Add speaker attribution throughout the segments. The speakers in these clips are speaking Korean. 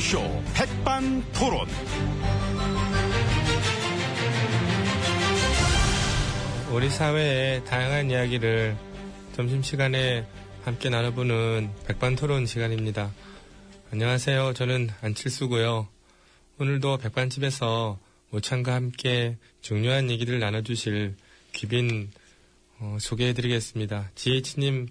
Speaker 1: 쇼 백반 토론.
Speaker 2: 우리 사회의 다양한 이야기를 점심시간에 함께 나눠보는 백반토론 시간입니다. 안녕하세요. 저는 안칠수고요. 오늘도 백반집에서 모창과 함께 중요한 얘기를 나눠주실 귀빈 어, 소개해드리겠습니다. 지혜치님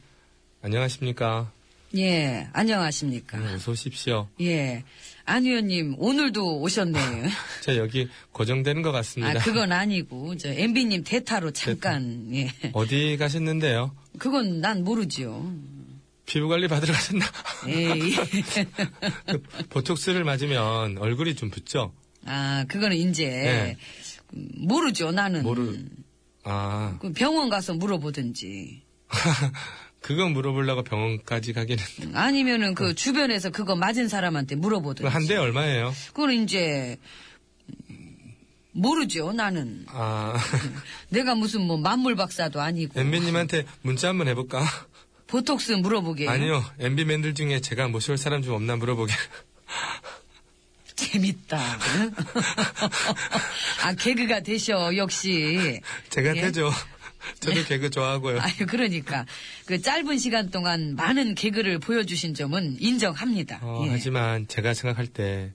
Speaker 2: 안녕하십니까?
Speaker 3: 예, 안녕하십니까.
Speaker 2: 네, 어서 오십시오.
Speaker 3: 예. 안 의원님, 오늘도
Speaker 2: 아,
Speaker 3: 오셨네요.
Speaker 2: 저 여기 고정되는 것 같습니다.
Speaker 3: 아, 그건 아니고, 저, MB님 대타로 잠깐, 예.
Speaker 2: 어디 가셨는데요?
Speaker 3: 그건 난 모르죠. 예.
Speaker 2: 피부 관리 받으러 가셨나?
Speaker 3: 에이.
Speaker 2: 보톡스를 맞으면 얼굴이 좀 붓죠?
Speaker 3: 아, 그거는 이제,
Speaker 2: 네.
Speaker 3: 음, 모르죠, 나는.
Speaker 2: 모르, 아,
Speaker 3: 그 병원 가서 물어보든지.
Speaker 2: 그거 물어보려고 병원까지 가기는.
Speaker 3: 아니면은 그 주변에서 그거 맞은 사람한테 물어보든지.
Speaker 2: 네. 한 대 얼마예요?
Speaker 3: 그거는 이제, 음, 모르죠, 나는.
Speaker 2: 아,
Speaker 3: 내가 무슨 뭐 만물 박사도 아니고.
Speaker 2: 엠비님한테 문자 한번 해볼까?
Speaker 3: 보톡스 물어보게.
Speaker 2: 아니요, 엠비맨들 중에 제가 모셔올 사람 좀 없나 물어보게.
Speaker 3: 재밌다. 아, 개그가 되셔, 역시.
Speaker 2: 제가
Speaker 3: 예?
Speaker 2: 되죠. 저도 개그 좋아하고요.
Speaker 3: 아유, 그러니까. 그 짧은 시간 동안 많은 개그를 보여주신 점은 인정합니다.
Speaker 2: 어,
Speaker 3: 예.
Speaker 2: 하지만 제가 생각할 때,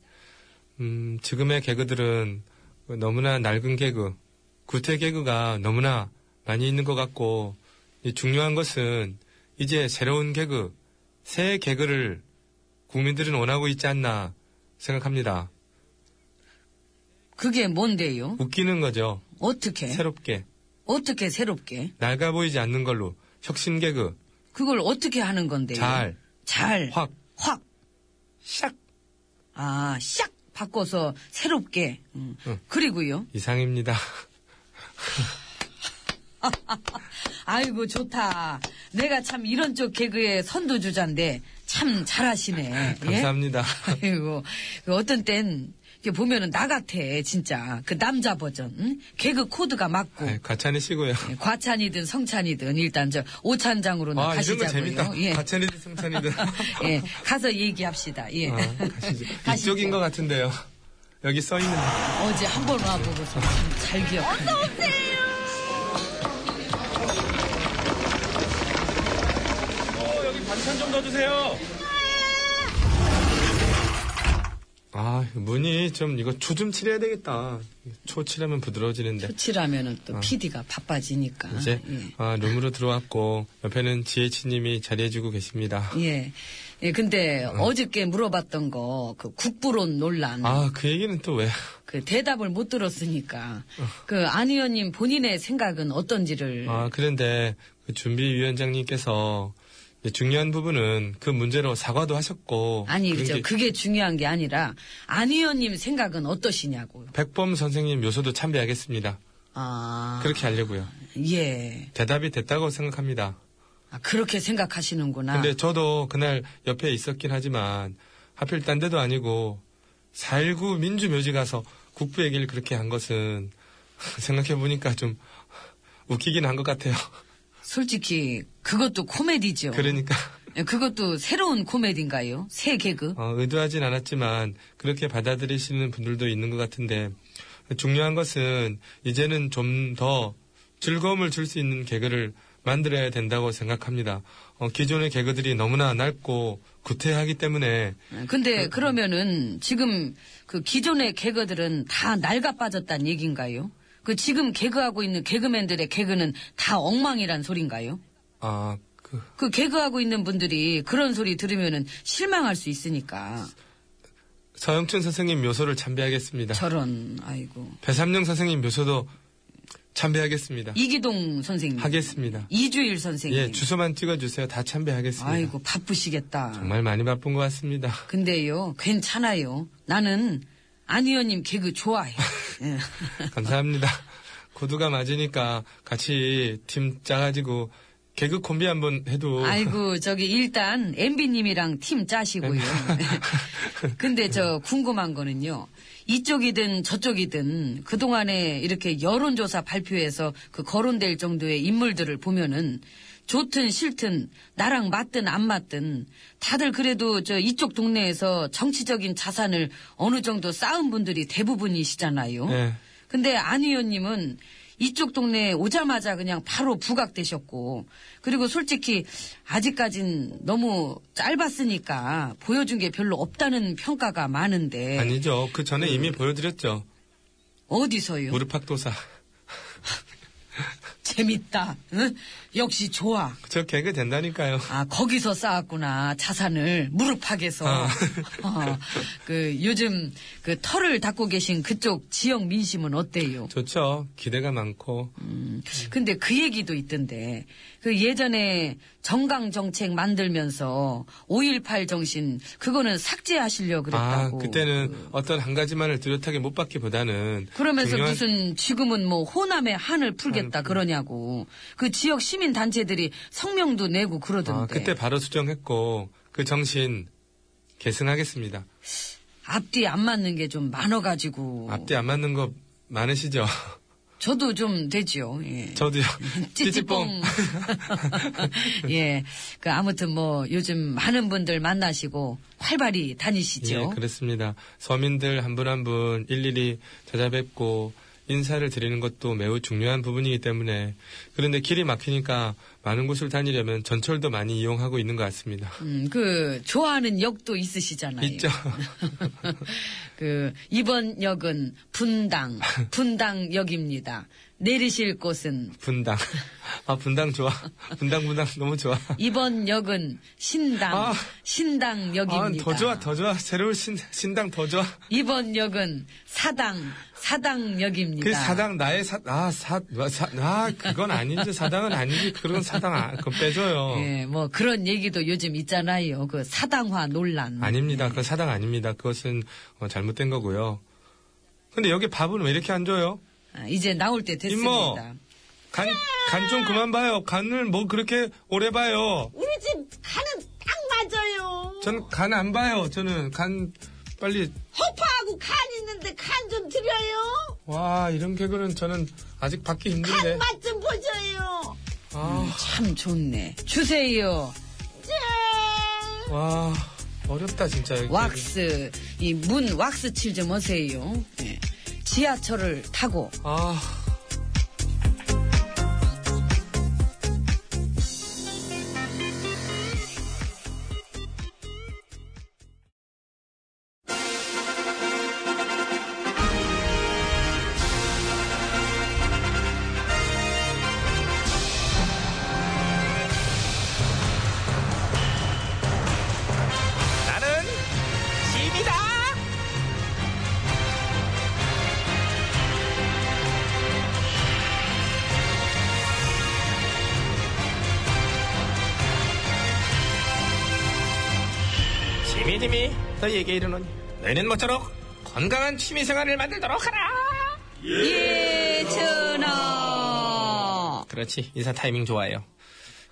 Speaker 2: 음, 지금의 개그들은 너무나 낡은 개그, 구태 개그가 너무나 많이 있는 것 같고, 이 중요한 것은 이제 새로운 개그, 새 개그를 국민들은 원하고 있지 않나 생각합니다.
Speaker 3: 그게 뭔데요?
Speaker 2: 웃기는 거죠.
Speaker 3: 어떻게?
Speaker 2: 새롭게.
Speaker 3: 어떻게 새롭게?
Speaker 2: 낡아 보이지 않는 걸로. 혁신 개그.
Speaker 3: 그걸 어떻게 하는 건데요?
Speaker 2: 잘.
Speaker 3: 잘.
Speaker 2: 확.
Speaker 3: 확.
Speaker 2: 샥.
Speaker 3: 아, 샥! 바꿔서 새롭게. 음. 그리고요.
Speaker 2: 이상입니다.
Speaker 3: 아이고, 좋다. 내가 참 이런 쪽 개그의 선두주자인데 참 잘하시네. 예?
Speaker 2: 감사합니다.
Speaker 3: 아이고, 그 어떤 땐, 이렇게 보면은 나 같아, 진짜. 그 남자 버전, 응? 개그 코드가 맞고. 예,
Speaker 2: 아이,
Speaker 3: 네.
Speaker 2: 과찬이시고요.
Speaker 3: 과찬이든 성찬이든 일단 저 오찬장으로는
Speaker 2: 아, 이런 거
Speaker 3: 가시자고요.
Speaker 2: 재밌다.
Speaker 3: 예.
Speaker 2: 과찬이든 승찬이든.
Speaker 3: 예, 가서 얘기합시다. 예.
Speaker 2: 아, 가시죠.
Speaker 3: 가시죠.
Speaker 2: 이쪽인 것 같은데요. 여기 써 있는.
Speaker 3: 어제 한 번 와보고서 참 잘 기억하네.
Speaker 2: 아, 문이 좀 이거 초 좀 칠해야 되겠다. 초 칠하면 부드러워지는데.
Speaker 3: 호치라면은 또 PD가 바빠지니까.
Speaker 2: 어. 이제 아, 룸으로 들어왔고 옆에는 GH님이 자리해주고 계십니다.
Speaker 3: 예. 예. 예, 근데 어저께 물어봤던 거 그 국부론 논란.
Speaker 2: 아, 그 얘기는 또 왜?
Speaker 3: 그 대답을 못 들었으니까 그 안 의원님 본인의 생각은 어떤지를
Speaker 2: 아, 그런데 그 준비위원장님께서 이제 중요한 부분은 그 문제로 사과도 하셨고.
Speaker 3: 아니
Speaker 2: 그런
Speaker 3: 그죠
Speaker 2: 게
Speaker 3: 그게 중요한 게 아니라 안 의원님 생각은 어떠시냐고요.
Speaker 2: 백범 선생님 요소도 참배하겠습니다.
Speaker 3: 아
Speaker 2: 그렇게 하려고요.
Speaker 3: 예
Speaker 2: 대답이 됐다고 생각합니다.
Speaker 3: 아, 그렇게 생각하시는구나.
Speaker 2: 근데 저도 그날 옆에 있었긴 하지만 하필 딴 데도 아니고 4.19 민주묘지 가서 국부 얘기를 그렇게 한 것은 생각해보니까 좀 웃기긴 한 것 같아요.
Speaker 3: 솔직히 그것도 코미디죠.
Speaker 2: 그러니까
Speaker 3: 예, 그것도 새로운 코미디인가요? 새 개그?
Speaker 2: 어, 의도하진 않았지만 그렇게 받아들이시는 분들도 있는 것 같은데 중요한 것은 이제는 좀 더 즐거움을 줄 수 있는 개그를 만들어야 된다고 생각합니다. 어, 기존의 개그들이 너무나 낡고 구태하기 때문에
Speaker 3: 예, 근데 그러면은 지금 그 기존의 개그들은 다 낡아 빠졌단 얘기인가요? 그 지금 개그하고 있는 개그맨들의 개그는 다 엉망이란 소린가요?
Speaker 2: 아, 그,
Speaker 3: 그 개그하고 있는 분들이 그런 소리 들으면은 실망할 수 있으니까
Speaker 2: 서영춘 선생님 묘소를 참배하겠습니다.
Speaker 3: 저런 아이고
Speaker 2: 배삼룡 선생님 묘소도 참배하겠습니다.
Speaker 3: 이기동 선생님
Speaker 2: 하겠습니다.
Speaker 3: 이주일 선생님
Speaker 2: 예, 주소만 찍어주세요. 다 참배하겠습니다.
Speaker 3: 아이고 바쁘시겠다
Speaker 2: 정말 많이 바쁜 것 같습니다.
Speaker 3: 근데요 괜찮아요 나는 안 의원님 개그 좋아해 예.
Speaker 2: 감사합니다. 고두가 맞으니까 같이 팀 짜가지고 개그 콤비 한번 해도
Speaker 3: 아이고 저기 일단 MB님이랑 팀 짜시고요 근데 저 궁금한 거는요 이쪽이든 저쪽이든 그동안에 이렇게 여론조사 발표에서 그 거론될 정도의 인물들을 보면은 좋든 싫든 나랑 맞든 안 맞든 다들 그래도 저 이쪽 동네에서 정치적인 자산을 어느 정도 쌓은 분들이 대부분이시잖아요.
Speaker 2: 예.
Speaker 3: 근데 안 의원님은 이쪽 동네에 오자마자 그냥 바로 부각되셨고, 그리고 솔직히 아직까진 너무 짧았으니까 보여준 게 별로 없다는 평가가 많은데,
Speaker 2: 아니죠. 그 전에
Speaker 3: 음.
Speaker 2: 이미 보여드렸죠.
Speaker 3: 어디서요?
Speaker 2: 무릎팍도사.
Speaker 3: 재밌다. 응? 역시 좋아.
Speaker 2: 저 개그 된다니까요.
Speaker 3: 아, 거기서 쌓았구나. 자산을 무릎팍에서.
Speaker 2: 아.
Speaker 3: 어, 그, 요즘 그 털을 닦고 계신 그쪽 지역 민심은 어때요?
Speaker 2: 좋죠. 기대가 많고.
Speaker 3: 근데 그 얘기도 있던데 그 예전에 정강 정책 만들면서 5.18 정신 그거는 삭제하시려
Speaker 2: 아,
Speaker 3: 그랬다고.
Speaker 2: 그때는 어떤 한 가지만을 뚜렷하게 못 받기보다는.
Speaker 3: 그러면서
Speaker 2: 중요한-
Speaker 3: 무슨 지금은 뭐 호남의 한을 풀겠다 그러냐고 그 지역 시민 단체들이 성명도 내고 그러던데.
Speaker 2: 아, 그때 바로 수정했고 그 정신 계승하겠습니다.
Speaker 3: 앞뒤 안 맞는 게 좀 많아가지고.
Speaker 2: 앞뒤 안 맞는 거 많으시죠?
Speaker 3: 저도 좀 되지요. 예.
Speaker 2: 저도요.
Speaker 3: 찌찌뽕. 예. 그 아무튼 뭐 요즘 많은 분들 만나시고 활발히 다니시죠.
Speaker 2: 예, 그렇습니다. 서민들 한 분 한 분 일일이 찾아뵙고 인사를 드리는 것도 매우 중요한 부분이기 때문에 그런데 길이 막히니까 많은 곳을 다니려면 전철도 많이 이용하고 있는 것 같습니다.
Speaker 3: 음, 그 좋아하는 역도 있으시잖아요.
Speaker 2: 있죠.
Speaker 3: 그 이번 역은 분당, 분당역입니다. 내리실 곳은
Speaker 2: 분당. 아 분당 좋아. 분당 분당 너무 좋아.
Speaker 3: 이번 역은 신당,
Speaker 2: 아. 아,
Speaker 3: 신당역입니다.
Speaker 2: 더 좋아, 더 좋아. 새로운 신, 신당 더 좋아.
Speaker 3: 이번 역은 사당, 사당역입니다.
Speaker 2: 그 사당, 나의 사, 아, 사, 뭐, 사, 아, 그건 아니지. 사당은 아니지. 그런 사당, 아, 그건 빼줘요.
Speaker 3: 예, 뭐 그런 얘기도 요즘 있잖아요. 그 사당화 논란.
Speaker 2: 아닙니다. 그건 사당 아닙니다. 그것은 어, 잘못된 거고요. 근데 여기 밥은 왜 이렇게 안 줘요?
Speaker 3: 아, 이제 나올 때 됐습니다.
Speaker 2: 이모. 간, 간 좀 그만 봐요. 간을 뭐 그렇게 오래 봐요.
Speaker 4: 우리 집 간은 딱 맞아요.
Speaker 2: 전 간 안 봐요. 저는 간, 빨리,
Speaker 4: 허파하고 간 있는데 간 좀 드려요.
Speaker 2: 와, 이런 개그는 저는 아직 받기 힘든데.
Speaker 4: 맛 좀 보셔요.
Speaker 2: 아,
Speaker 3: 참 좋네. 주세요.
Speaker 4: 짠.
Speaker 2: 와, 어렵다, 진짜. 여기.
Speaker 3: 왁스 이 문 왁스 칠 좀 하세요. 예. 지하철을 타고
Speaker 2: 아.
Speaker 1: 나는 짐이다. 짐이 짐이 너희에게 이르노니 너희는 모쪼록 건강한 취미 생활을 만들도록 하라.
Speaker 3: 예, 예천아
Speaker 2: 그렇지. 인사 타이밍 좋아요.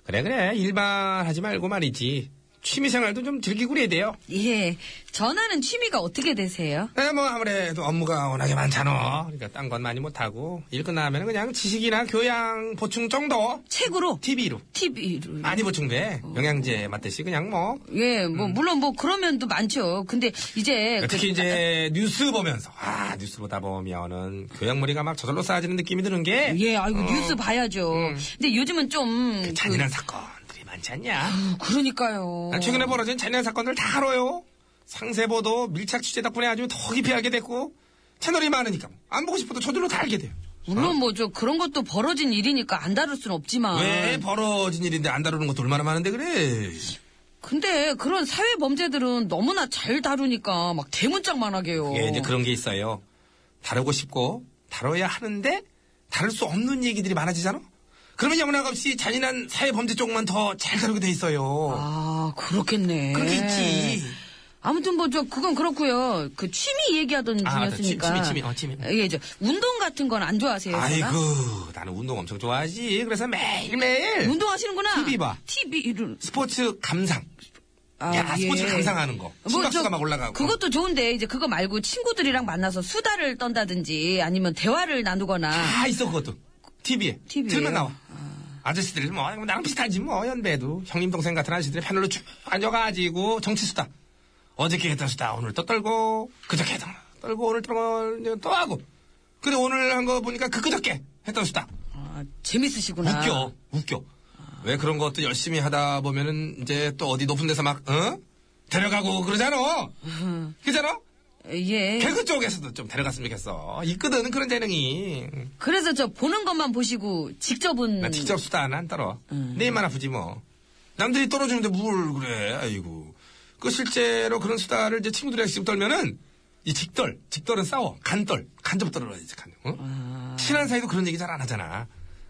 Speaker 2: 그래, 그래. 일만 하지 말고 말이지. 취미 생활도 좀 즐기고 그래야 돼요.
Speaker 3: 예 전화는 취미가 어떻게 되세요?
Speaker 2: 네, 뭐 아무래도 업무가 워낙에 많잖아. 그러니까 딴 건 많이 못하고 일 끝나면 그냥 지식이나 교양 보충 정도
Speaker 3: 책으로
Speaker 2: TV로
Speaker 3: TV로
Speaker 2: 많이 보충돼. 영양제 맞듯이 그냥 뭐
Speaker 3: 예뭐 물론 뭐 그런 면도 많죠. 근데 이제 그-
Speaker 2: 아, 특히 이제 뉴스 보면서 아 뉴스 보다 보면은 교양머리가 막 저절로 쌓아지는 느낌이 드는 게
Speaker 3: 예 아이고 뉴스 봐야죠.
Speaker 2: 음.
Speaker 3: 근데 요즘은 좀 그-
Speaker 2: 잔인한 사건들이 많지 않냐.
Speaker 3: 그러니까요.
Speaker 2: 난 아, 최근에 벌어진 잔인한 사건들 다 알아요. 상세보도 밀착 취재 덕분에 아주 더 깊이 알게 됐고 채널이 많으니까 안 보고 싶어도 저절로 다 알게 돼요.
Speaker 3: 물론 뭐 저 그런 것도 벌어진 일이니까 안 다룰 순 없지만
Speaker 2: 왜 벌어진 일인데 안 다루는 것도 얼마나 많은데 그래?
Speaker 3: 근데 그런 사회 범죄들은 너무나 잘 다루니까 막 대문짝만하게요.
Speaker 2: 예, 이제 그런 게 있어요. 다루고 싶고 다뤄야 하는데 다룰 수 없는 얘기들이 많아지잖아. 그러면 영락 없이 잔인한 사회 범죄 쪽만 더 잘 다루게 돼 있어요.
Speaker 3: 아 그렇겠네.
Speaker 2: 그런 게 있지.
Speaker 3: 아무튼 뭐 저 그건 그렇고요. 그 취미 얘기하던
Speaker 2: 아, 맞다. 취미,
Speaker 3: 중이었으니까.
Speaker 2: 취미, 어, 취미.
Speaker 3: 예, 저 운동 같은 건 안 좋아하세요?
Speaker 2: 아이고,
Speaker 3: 그러나?
Speaker 2: 나는 운동 엄청 좋아하지. 그래서 매일매일
Speaker 3: 운동하시는구나.
Speaker 2: TV 봐.
Speaker 3: TV를
Speaker 2: 스포츠 감상.
Speaker 3: 아,
Speaker 2: 야,
Speaker 3: 예.
Speaker 2: 스포츠를 감상하는 거.
Speaker 3: 뭐
Speaker 2: 심박수가
Speaker 3: 저
Speaker 2: 막 올라가고.
Speaker 3: 그것도 좋은데 이제 그거 말고 친구들이랑 만나서 수다를 떤다든지 아니면 대화를 나누거나
Speaker 2: 다 있어 그것도. TV에.
Speaker 3: TV 예요?
Speaker 2: 틀면 나와. 아저씨들이 뭐 나랑 비슷하지 뭐 연배도 형님 동생 같은 아저씨들이 패널로 쭉 앉아가지고 정치 수다. 어저께 했던 수다 오늘 또 떨고 그저께 했던 거 떨고 오늘 떨고 또 하고. 근데 오늘 한 거 보니까 그 그저께 했던 수다.
Speaker 3: 아, 재밌으시구나.
Speaker 2: 웃겨, 웃겨. 왜 그런 것도 열심히 하다 보면은 이제 또 어디 높은 데서 막, 어? 데려가고 그러잖아.
Speaker 3: 음.
Speaker 2: 그잖아?
Speaker 3: 예.
Speaker 2: 개그 쪽에서도 좀 데려갔으면 좋겠어. 있거든, 그런 재능이.
Speaker 3: 그래서 저 보는 것만 보시고 직접은
Speaker 2: 나 네, 직접 수다 하나 안 떨어. 내 입만 아프지 뭐. 남들이 떨어주는데 뭘 그래, 아이고. 그 실제로 그런 수다를 이제 친구들이랑 직접 떨면은 이 직떨, 직떨은 싸워. 간떨, 간접 떨어야지, 간. 어? 친한 사이도 그런 얘기 잘 안 하잖아.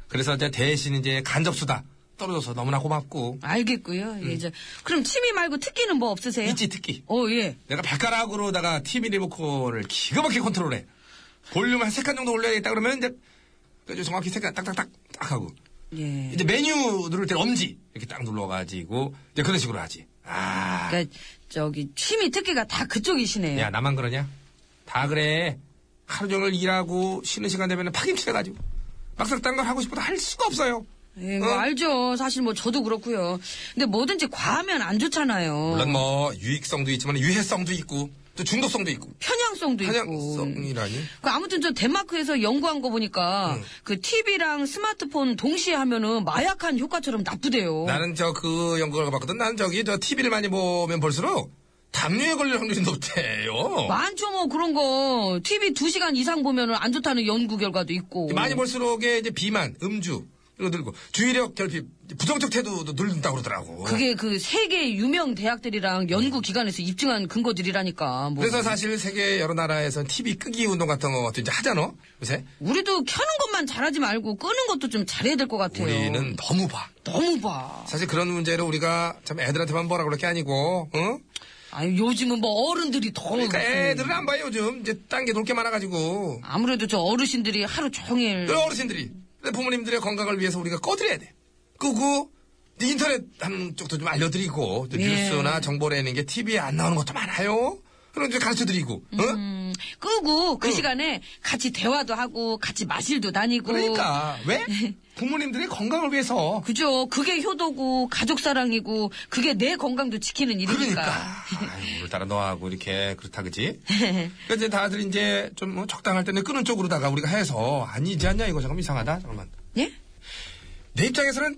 Speaker 2: 그래서 이제 대신 이제 간접 수다 떨어져서 너무나 고맙고
Speaker 3: 알겠고요. 예, 이제 그럼 취미 말고 특기는 뭐 없으세요?
Speaker 2: 음. 있지 특히
Speaker 3: 어, 예.
Speaker 2: 내가 발가락으로다가 TV 리모컨을 기가 막히게 컨트롤해. 볼륨 한 세 칸 정도 올려야겠다 그러면 이제 그래가지고 정확히 세칸 딱딱딱 딱 하고
Speaker 3: 예.
Speaker 2: 이제 메뉴 누를 때 엄지 이렇게 딱 눌러가지고 이제 그런 식으로 하지. 아,
Speaker 3: 그러니까 저기 취미 특기가 다 그쪽이시네요.
Speaker 2: 야 나만 그러냐? 다 그래. 하루 종일 일하고 쉬는 시간 되면 파김치돼가지고 막상 딴 걸 하고 싶어도 할 수가 없어요.
Speaker 3: 예, 뭐
Speaker 2: 어?
Speaker 3: 알죠. 사실 뭐 저도 그렇고요. 근데 뭐든지 과하면 안 좋잖아요.
Speaker 2: 물론 뭐 유익성도 있지만 유해성도 있고 또 중독성도 있고
Speaker 3: 편향성도 있고.
Speaker 2: 편향성이라니. 예.
Speaker 3: 그 아무튼 저 덴마크에서 연구한 거 보니까
Speaker 2: 음.
Speaker 3: 그 TV랑 스마트폰 동시에 하면은 마약한 효과처럼 나쁘대요.
Speaker 2: 나는 저 그 연구를 봤거든. 나는 저기 저 TV를 많이 보면 볼수록 담요에 걸릴 확률이 높대요.
Speaker 3: 많죠 뭐 그런 거. TV 두시간 이상 보면은 안 좋다는 연구 결과도 있고.
Speaker 2: 많이 볼수록에 이제 비만, 음주 이런 거 늘고 주의력 결핍, 부정적 태도도 늘린다고 그러더라고.
Speaker 3: 그게 그 세계 유명 대학들이랑 연구 기관에서 입증한 근거들이라니까. 뭐.
Speaker 2: 그래서 사실 세계 여러 나라에서 TV 끄기 운동 같은 것도 이제 하잖아. 요새
Speaker 3: 우리도 켜는 것만 잘하지 말고 끄는 것도 좀 잘해야 될 것 같아요.
Speaker 2: 우리는 너무 봐.
Speaker 3: 너무 봐.
Speaker 2: 사실 그런 문제를 우리가 참 애들한테만 보라 그럴 게 아니고, 응?
Speaker 3: 아유 요즘은 뭐 어른들이 더
Speaker 2: 그러니까
Speaker 3: 어, 무슨.
Speaker 2: 애들은 안 봐요 요즘. 이제 딴 게 놀 게 많아가지고.
Speaker 3: 아무래도 저 어르신들이 하루 종일
Speaker 2: 늘 어르신들이 내 부모님들의 건강을 위해서 우리가 꺼드려야 돼. 끄고 이제 인터넷 하는 쪽도 좀 알려드리고 또
Speaker 3: 예.
Speaker 2: 뉴스나 정보라는 게 TV에 안 나오는 것도 많아요. 그런 좀 가르쳐드리고. 어?
Speaker 3: 음, 끄고 그 시간에 같이 대화도 하고 같이 마실도 다니고
Speaker 2: 그러니까 왜 부모님들의 건강을 위해서.
Speaker 3: 죠 그게 효도고 가족 사랑이고 그게 내 건강도 지키는 일이니까
Speaker 2: 그러니까. 아유, 오늘따라 너하고 이렇게 그렇다 그지? 그러니까 이제 다들 이제 좀뭐 적당할 때는 끄는 쪽으로다가 우리가 해서 아니지 않냐 이거 잠깐 이상하다 잠깐만.
Speaker 3: 예?
Speaker 2: 내 입장에서는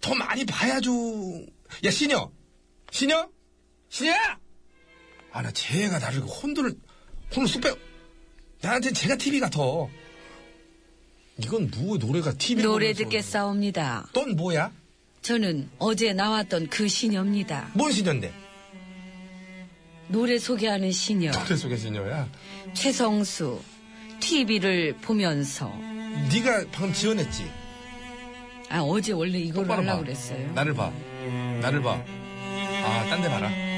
Speaker 2: 더 많이 봐야죠. 야, 신여! 신여! 신여야! 아, 나 쟤가 나를 그 혼돈을, 혼을 쑥 빼. 나한테 쟤가 TV 같아. 이건 뭐, 노래가 TV.
Speaker 3: 노래
Speaker 2: 보면서.
Speaker 3: 듣겠사옵니다
Speaker 2: 넌 뭐야?
Speaker 3: 저는 어제 나왔던 그 시녀입니다
Speaker 2: 뭔 신여인데?
Speaker 3: 노래 소개하는 시녀
Speaker 2: 노래 속의 신여야.
Speaker 3: 최성수 TV를 보면서
Speaker 2: 네가 방금 지원했지?
Speaker 3: 아 어제 원래 이걸
Speaker 2: 똑바로
Speaker 3: 하려고
Speaker 2: 봐.
Speaker 3: 그랬어요
Speaker 2: 나를 봐. 나를 봐. 아, 딴 데 봐라.